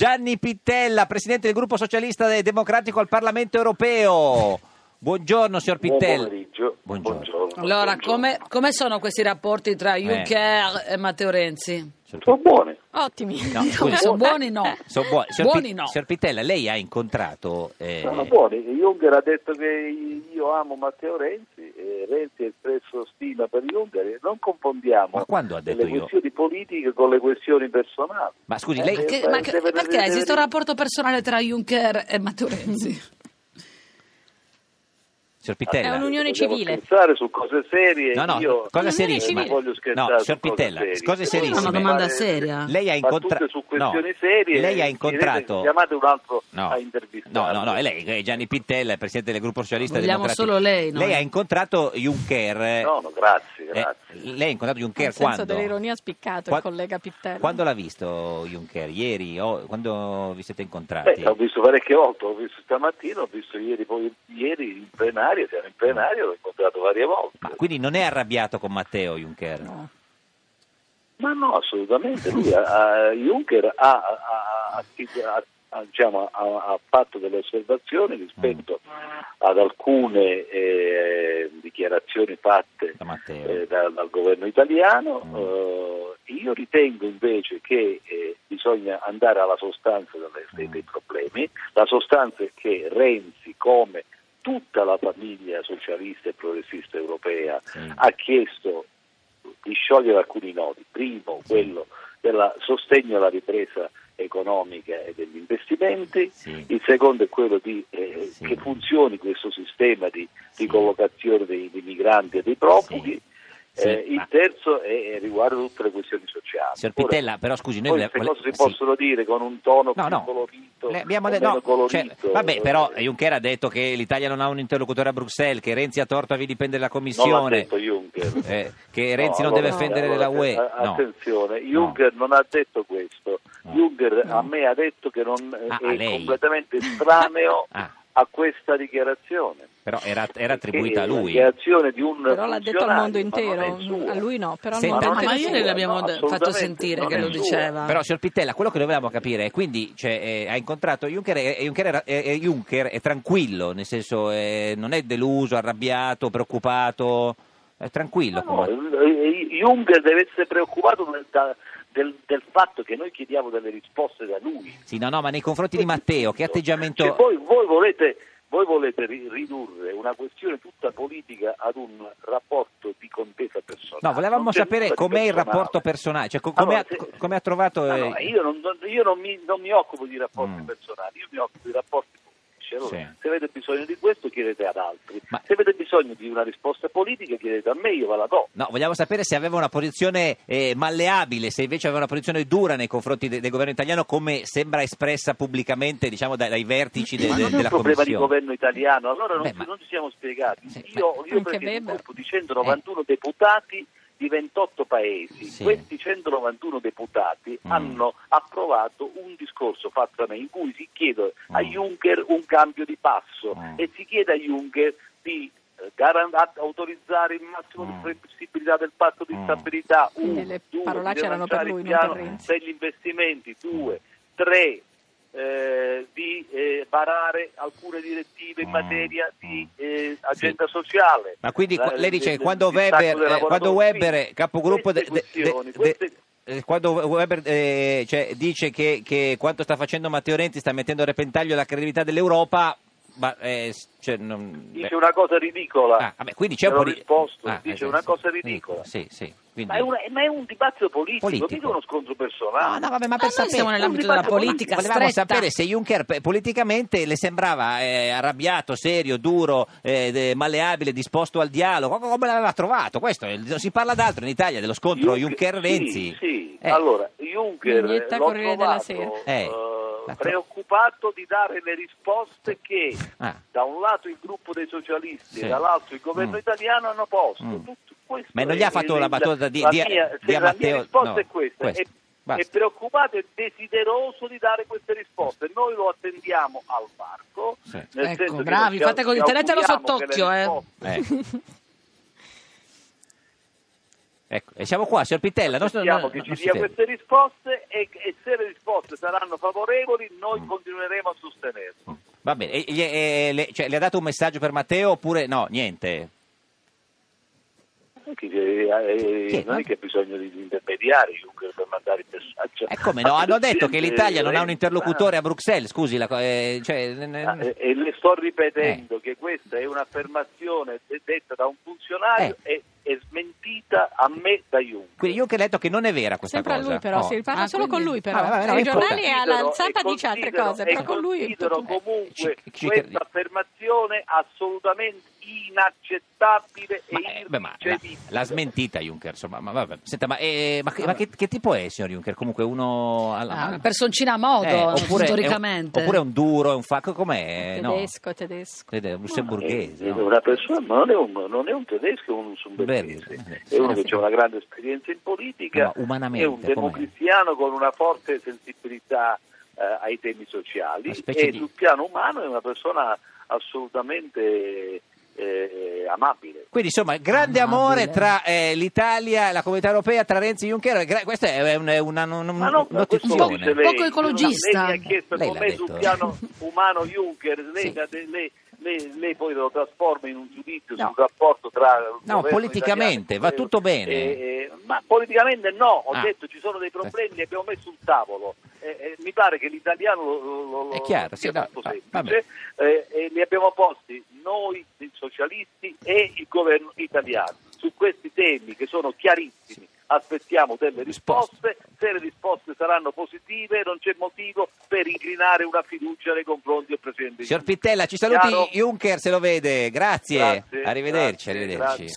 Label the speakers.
Speaker 1: Gianni Pittella, presidente del gruppo socialista e democratico al Parlamento europeo. Buongiorno signor
Speaker 2: Buon
Speaker 1: Pittella.
Speaker 2: pomeriggio.
Speaker 1: Buongiorno.
Speaker 3: Allora,
Speaker 2: buongiorno.
Speaker 3: come, come sono questi rapporti
Speaker 1: Eh.
Speaker 3: tra Juncker e Matteo Renzi?
Speaker 1: Signor Pittella.
Speaker 2: Sono buone.
Speaker 4: Ottimi.
Speaker 1: No, scusi.
Speaker 3: Sono buoni no.
Speaker 1: So buo- signor
Speaker 3: Buoni
Speaker 1: Pi-
Speaker 3: no.
Speaker 1: signor Pittella, lei ha incontrato... eh,
Speaker 2: Sono buone. Juncker ha detto che io amo Matteo Renzi e Renzi ha espresso stima per Juncker. E Non confondiamo
Speaker 1: Ma quando ha detto
Speaker 2: le
Speaker 1: io?
Speaker 2: questioni politiche con le questioni personali.
Speaker 1: Ma scusi,
Speaker 2: Eh,
Speaker 1: lei...
Speaker 2: che-
Speaker 3: ma che-
Speaker 2: deve-
Speaker 3: perché
Speaker 2: deve-
Speaker 3: esiste un rapporto personale tra Juncker e Matteo Renzi?
Speaker 1: Signor
Speaker 4: È
Speaker 1: Pittella...
Speaker 4: un'unione
Speaker 2: Dobbiamo
Speaker 4: civile.
Speaker 2: scherzare su cose serie.
Speaker 1: No, no,
Speaker 2: io
Speaker 1: cosa
Speaker 4: Non
Speaker 1: serissima.
Speaker 4: ci
Speaker 2: Non voglio scherzare
Speaker 1: No,
Speaker 2: su
Speaker 1: signor Pittella,
Speaker 2: cose serie.
Speaker 1: cose
Speaker 2: Se voi
Speaker 1: serissime.
Speaker 3: Una domanda
Speaker 2: fate-
Speaker 3: seria.
Speaker 1: Lei ha incontrato...
Speaker 2: battute su questioni serie,
Speaker 1: Lei ha
Speaker 2: eh,
Speaker 1: incontrato...
Speaker 2: direte, chiamate un altro
Speaker 1: No.
Speaker 2: a
Speaker 1: No,
Speaker 2: intervistare.
Speaker 1: no, no, è lei, è Gianni Pittella, il presidente del gruppo socialista
Speaker 3: Vogliamo
Speaker 1: democratico.
Speaker 3: solo lei, noi.
Speaker 1: Lei ha incontrato Juncker... eh,
Speaker 2: No, no, grazie,
Speaker 1: Eh,
Speaker 2: grazie.
Speaker 1: lei ha incontrato Juncker
Speaker 4: Il senso
Speaker 1: quando?
Speaker 4: dell'ironia spiccato, il
Speaker 1: Qua-
Speaker 4: collega Pittella.
Speaker 1: Quando l'ha visto Juncker? Ieri? O quando vi siete incontrati?
Speaker 2: Beh, ho visto parecchie volte, ho visto stamattina, ho visto ieri, poi ieri in plenaria, siamo in plenaria, l'ho incontrato varie volte.
Speaker 1: Ma quindi non è arrabbiato con Matteo Juncker?
Speaker 3: No.
Speaker 2: Ma no, assolutamente, lui, ha- ha- Juncker ha, ha- ha- ha- ha- diciamo, ha- ha fatto delle osservazioni rispetto ad alcune eh, dichiarazioni fatte
Speaker 1: Da Matteo.
Speaker 2: eh, da- dal governo italiano.
Speaker 1: Mm.
Speaker 2: Eh, io ritengo invece che eh, bisogna andare alla sostanza delle-
Speaker 1: Mm.
Speaker 2: dei, dei problemi. La sostanza è che Renzi, come tutta la famiglia socialista e progressista europea,
Speaker 1: Sì.
Speaker 2: ha chiesto di sciogliere alcuni nodi. Primo,
Speaker 1: Sì.
Speaker 2: quello del sostegno alla ripresa economica e degli investimenti.
Speaker 1: Sì.
Speaker 2: Il secondo è quello di eh,
Speaker 1: Sì.
Speaker 2: che funzioni questo sistema di, di
Speaker 1: Sì.
Speaker 2: collocazione dei, dei migranti e dei profughi.
Speaker 1: Sì. Sì,
Speaker 2: Eh,
Speaker 1: ma-
Speaker 2: il terzo è, è riguardo tutte le questioni sociali.
Speaker 1: Signor
Speaker 2: Ora,
Speaker 1: Pittella, però scusi, noi
Speaker 2: poi
Speaker 1: vole-
Speaker 2: queste
Speaker 1: vole-
Speaker 2: cose si
Speaker 1: sì.
Speaker 2: possono dire con un tono
Speaker 1: No,
Speaker 2: più
Speaker 1: no.
Speaker 2: colorito,
Speaker 1: Le abbiamo
Speaker 2: o
Speaker 1: de-
Speaker 2: meno
Speaker 1: no,
Speaker 2: colorito.
Speaker 1: cioè, vabbè, però
Speaker 2: Eh,
Speaker 1: Juncker ha detto che l'Italia non ha un interlocutore a Bruxelles, che Renzi ha torto a vi dipende della
Speaker 2: non l'ha
Speaker 1: Commissione,
Speaker 2: detto Juncker.
Speaker 1: eh, che Renzi non
Speaker 2: allora,
Speaker 1: deve offendere
Speaker 2: allora,
Speaker 1: la UE.
Speaker 2: a-
Speaker 1: No.
Speaker 2: eh, Attenzione,
Speaker 1: No.
Speaker 2: Juncker non ha detto questo.
Speaker 1: No.
Speaker 2: Juncker a me ha detto che non eh,
Speaker 1: Ah, a
Speaker 2: è
Speaker 1: lei.
Speaker 2: completamente estraneo
Speaker 1: Ah.
Speaker 2: a questa dichiarazione.
Speaker 1: Però era, era
Speaker 2: Perché
Speaker 1: attribuita a
Speaker 2: è una
Speaker 1: lui.
Speaker 2: dichiarazione di un
Speaker 4: Però l'ha detto al mondo
Speaker 2: funzionario, ma non è il
Speaker 4: intero,
Speaker 2: suo.
Speaker 4: a lui no, però al
Speaker 1: Senta,
Speaker 4: mondo
Speaker 3: Ma,
Speaker 4: intero.
Speaker 2: non
Speaker 3: ma
Speaker 2: è
Speaker 3: ieri
Speaker 2: suo,
Speaker 3: l'abbiamo
Speaker 2: no,
Speaker 3: de- fatto
Speaker 2: assolutamente,
Speaker 3: sentire
Speaker 2: non
Speaker 3: che
Speaker 2: è
Speaker 3: lo
Speaker 2: suo.
Speaker 3: diceva.
Speaker 1: Però, signor Pittella, quello che dovevamo capire è quindi cioè, eh, ha incontrato Juncker e, e Juncker, era- e- e Juncker è tranquillo, nel senso eh, non è deluso, arrabbiato, preoccupato, è tranquillo.
Speaker 2: No,
Speaker 1: come-
Speaker 2: eh, Juncker deve essere preoccupato del, da- del- del fatto che noi chiediamo delle risposte da lui.
Speaker 1: Sì, no, no, ma nei confronti di Matteo, che atteggiamento...
Speaker 2: Cioè, voi, voi volete, voi volete ri- ridurre una questione tutta politica ad un rapporto di contesa personale.
Speaker 1: No, volevamo
Speaker 2: Non c'è
Speaker 1: sapere
Speaker 2: nulla di
Speaker 1: com'è il
Speaker 2: personale.
Speaker 1: rapporto personale, cioè co- come,
Speaker 2: Allora,
Speaker 1: ha,
Speaker 2: se-
Speaker 1: co- come ha trovato...
Speaker 2: Ah,
Speaker 1: eh,
Speaker 2: no, io non, non- io non mi, non mi occupo di rapporti
Speaker 1: Mm.
Speaker 2: personali, io mi occupo di rapporti politici. Allora,
Speaker 1: Sì.
Speaker 2: Se avete bisogno di questo chiedete ad altri,
Speaker 1: Ma-
Speaker 2: se avete bisogno di una risposta politica chiedete a me, io ve la do.
Speaker 1: no, vogliamo sapere se aveva una posizione eh, malleabile, se invece aveva una posizione dura nei confronti de- del governo italiano, come sembra espressa pubblicamente, diciamo, dai, dai vertici de-
Speaker 2: Ma
Speaker 1: de-
Speaker 2: non è un
Speaker 1: della
Speaker 2: problema di
Speaker 1: Commissione.
Speaker 2: governo italiano, allora non,
Speaker 1: Beh,
Speaker 2: ci-
Speaker 1: ma-
Speaker 2: non ci siamo spiegati.
Speaker 1: Sì,
Speaker 2: io io
Speaker 4: Anche
Speaker 2: presiedo un
Speaker 4: Weber.
Speaker 2: gruppo di 191 deputati di 28 paesi.
Speaker 1: Eh. Sì.
Speaker 2: Questi 191 deputati
Speaker 1: Mm.
Speaker 2: hanno approvato un discorso fatto da me in cui si chiede a
Speaker 1: Mm.
Speaker 2: Juncker un cambio di passo
Speaker 1: Mm.
Speaker 2: e si chiede a Juncker di eh, garan- a- autorizzare il massimo
Speaker 1: Mm.
Speaker 2: di flessibilità del patto di
Speaker 1: Mm.
Speaker 2: stabilità
Speaker 4: Quindi
Speaker 2: uno,
Speaker 4: le
Speaker 2: due,
Speaker 4: parolacce
Speaker 2: di
Speaker 4: erano per
Speaker 2: lanciare
Speaker 4: lui,
Speaker 2: il
Speaker 4: non per
Speaker 2: piano
Speaker 4: Renzi.
Speaker 2: per gli investimenti, due, tre, eh, di eh, varare alcune direttive in
Speaker 1: Mm,
Speaker 2: materia di
Speaker 1: mm.
Speaker 2: eh, agenda sociale. Eh,
Speaker 1: Ma quindi
Speaker 2: La-
Speaker 1: qua- lei dice
Speaker 2: del-
Speaker 1: che quando
Speaker 2: del distacco
Speaker 1: Weber,
Speaker 2: dei
Speaker 1: eh, quando
Speaker 2: lavoratori.
Speaker 1: Weber è capogruppo de-
Speaker 2: Queste
Speaker 1: de- de-
Speaker 2: questioni,
Speaker 1: de-
Speaker 2: queste-
Speaker 1: eh, quando Weber eh, cioè, dice che, che quanto sta facendo Matteo Renzi sta mettendo a repentaglio la credibilità dell'Europa, ma eh, s- cioè, non-
Speaker 2: dice
Speaker 1: beh.
Speaker 2: una cosa ridicola.
Speaker 1: Ah, vabbè, quindi c'è
Speaker 2: Me
Speaker 1: un po'
Speaker 2: l'ho
Speaker 1: di-
Speaker 2: risposto,
Speaker 1: Ah,
Speaker 2: dice
Speaker 1: eh,
Speaker 2: una
Speaker 1: sì,
Speaker 2: cosa
Speaker 1: sì,
Speaker 2: ridicola.
Speaker 1: Sì, sì. Quindi...
Speaker 2: Ma, è una- ma è un dibattito politico,
Speaker 1: Politico.
Speaker 2: mica uno
Speaker 1: No,
Speaker 2: scontro personale.
Speaker 1: no, vabbè, ma per
Speaker 3: Ma Ah, noi
Speaker 1: sapere...
Speaker 3: siamo nell'ambito della politica
Speaker 1: Volevamo
Speaker 3: stretta.
Speaker 1: sapere se Juncker pe- politicamente le sembrava eh, arrabbiato, serio, duro, eh, de- malleabile, disposto al dialogo. Co- Come l'aveva trovato? Questo è il- si parla d'altro in Italia dello scontro
Speaker 2: Juncker-
Speaker 1: Juncker-Renzi.
Speaker 2: Sì, sì.
Speaker 1: Eh,
Speaker 2: allora Juncker
Speaker 4: Vignetta
Speaker 2: l'ho
Speaker 4: Corriere della
Speaker 2: trovato,
Speaker 4: Sera.
Speaker 1: Eh,
Speaker 2: eh,
Speaker 1: la tro-
Speaker 2: preoccupato di dare le risposte che
Speaker 1: Ah.
Speaker 2: da un lato il gruppo dei socialisti
Speaker 1: Sì.
Speaker 2: e dall'altro il governo
Speaker 1: Mm.
Speaker 2: italiano hanno posto.
Speaker 1: Mm.
Speaker 2: Tutto questo
Speaker 1: Ma non
Speaker 2: è-
Speaker 1: gli ha fatto
Speaker 2: è
Speaker 1: la battuta di-
Speaker 2: la
Speaker 1: di-
Speaker 2: mia,
Speaker 1: di
Speaker 2: se la
Speaker 1: Matteo?
Speaker 2: mia risposta
Speaker 1: No,
Speaker 2: è questa.
Speaker 1: questo.
Speaker 2: È,
Speaker 1: Basta.
Speaker 2: è preoccupato e desideroso di dare queste risposte. Noi lo attendiamo al varco.
Speaker 1: Sì.
Speaker 2: nel
Speaker 3: Ecco,
Speaker 2: senso che
Speaker 3: bravi,
Speaker 2: ci-
Speaker 3: fate così,
Speaker 2: ci
Speaker 3: tenetelo
Speaker 2: auguriamo che le
Speaker 3: sott'occhio, eh.
Speaker 2: risposte-
Speaker 1: eh. Ecco, e siamo qua, signor Pittella. non sto-
Speaker 2: Aspettiamo
Speaker 1: non-
Speaker 2: che ci
Speaker 1: non si
Speaker 2: dia
Speaker 1: fermi.
Speaker 2: queste risposte e, e se le risposte saranno favorevoli noi
Speaker 1: Mm.
Speaker 2: continueremo a sostenerlo.
Speaker 1: Va bene, e- gli- e- le, cioè, le ha dato un messaggio per Matteo oppure no, niente?
Speaker 2: Che- eh,
Speaker 1: Sì,
Speaker 2: non
Speaker 1: no?
Speaker 2: è che ha bisogno di intermediari Juncker per mandare il messaggio.
Speaker 1: E Eh, come no? Hanno detto che l'Italia non ha un
Speaker 2: Eh,
Speaker 1: interlocutore a Bruxelles, scusi, la, co- eh, cioè, n- n-
Speaker 2: Ah, e- e le sto
Speaker 1: Eh.
Speaker 2: ripetendo che questa è un'affermazione de- detta da un funzionario e, e smentita a me da Juncker.
Speaker 1: Eh. quindi io che ho letto che non è vera questa
Speaker 4: Sempre a
Speaker 1: cosa.
Speaker 4: lui però,
Speaker 1: Oh.
Speaker 4: si parla
Speaker 3: Ah,
Speaker 4: solo
Speaker 3: quindi-
Speaker 4: con lui però.
Speaker 1: Ah, vabbè, no,
Speaker 4: I
Speaker 1: importa.
Speaker 4: giornali e alla Zampa dice altre
Speaker 2: considero-
Speaker 4: cose,
Speaker 2: e
Speaker 4: però con lui... è
Speaker 2: considero
Speaker 4: tutto-
Speaker 2: comunque
Speaker 1: Ci- ci-
Speaker 2: questa affermazione assolutamente inaccettabile
Speaker 1: Ma,
Speaker 2: e
Speaker 1: eh, beh, ma la-
Speaker 2: irricevibile.
Speaker 1: l'ha smentita Juncker, insomma, ma, vabbè. Senta, ma, eh, ma che, ma che- che tipo è, signor Juncker? Comunque uno alla
Speaker 3: Ah, una
Speaker 1: mano?
Speaker 3: personcina a modo,
Speaker 1: Eh,
Speaker 3: storicamente.
Speaker 1: È un, oppure è un duro, è un fa... com'è? Eh, No.
Speaker 4: Tedesco, tedesco.
Speaker 1: Ed è un lussemburghese,
Speaker 2: Eh,
Speaker 1: no?
Speaker 2: Una persona, ma non è un, non è un tedesco, è un
Speaker 1: Berlese,
Speaker 2: lussemburghese.
Speaker 1: sì.
Speaker 2: È uno che ha una grande esperienza in politica,
Speaker 1: No, umanamente,
Speaker 2: è un
Speaker 1: com'è?
Speaker 2: democristiano con una forte sensibilità eh, ai temi sociali
Speaker 1: Una specie
Speaker 2: e
Speaker 1: di-
Speaker 2: sul piano umano è una persona assolutamente eh, amabile.
Speaker 1: Quindi insomma, grande
Speaker 3: Amabile.
Speaker 1: amore tra eh, l'Italia e la comunità europea, tra Renzi e Juncker. Gra- questa è un- è una, non-
Speaker 2: Ma non questo lo dice
Speaker 1: notizione.
Speaker 2: lei.
Speaker 3: Poco ecologista.
Speaker 2: Lei mi ha chiesto
Speaker 1: Lei l'ha
Speaker 2: com'è sul
Speaker 1: detto.
Speaker 2: piano umano Juncker, lei,
Speaker 1: Sì.
Speaker 2: da- lei- lei- lei poi lo trasforma in un giudizio
Speaker 1: No.
Speaker 2: sul rapporto tra... il
Speaker 1: No,
Speaker 2: governo
Speaker 1: politicamente,
Speaker 2: italiano e
Speaker 1: va
Speaker 2: quello-
Speaker 1: tutto bene.
Speaker 2: Eh, eh, ma politicamente no, ho
Speaker 1: Ah.
Speaker 2: detto ci sono dei problemi, li abbiamo messi sul tavolo. Eh, eh, mi pare che l'italiano lo, lo- lo-
Speaker 1: È chiaro,
Speaker 2: lo
Speaker 1: sì,
Speaker 2: sia
Speaker 1: no,
Speaker 2: molto
Speaker 1: va-
Speaker 2: semplice eh, e li abbiamo posti noi, i socialisti e il governo italiano. Su questi temi che sono chiarissimi aspettiamo delle
Speaker 1: Risposte.
Speaker 2: risposte se le risposte saranno positive non c'è motivo per inclinare una fiducia nei confronti del Presidente.
Speaker 1: Signor Pittella, ci saluti
Speaker 2: Chiaro?
Speaker 1: Juncker se lo vede. Grazie.
Speaker 2: Grazie,
Speaker 1: arrivederci,
Speaker 2: grazie,
Speaker 1: arrivederci.
Speaker 2: grazie.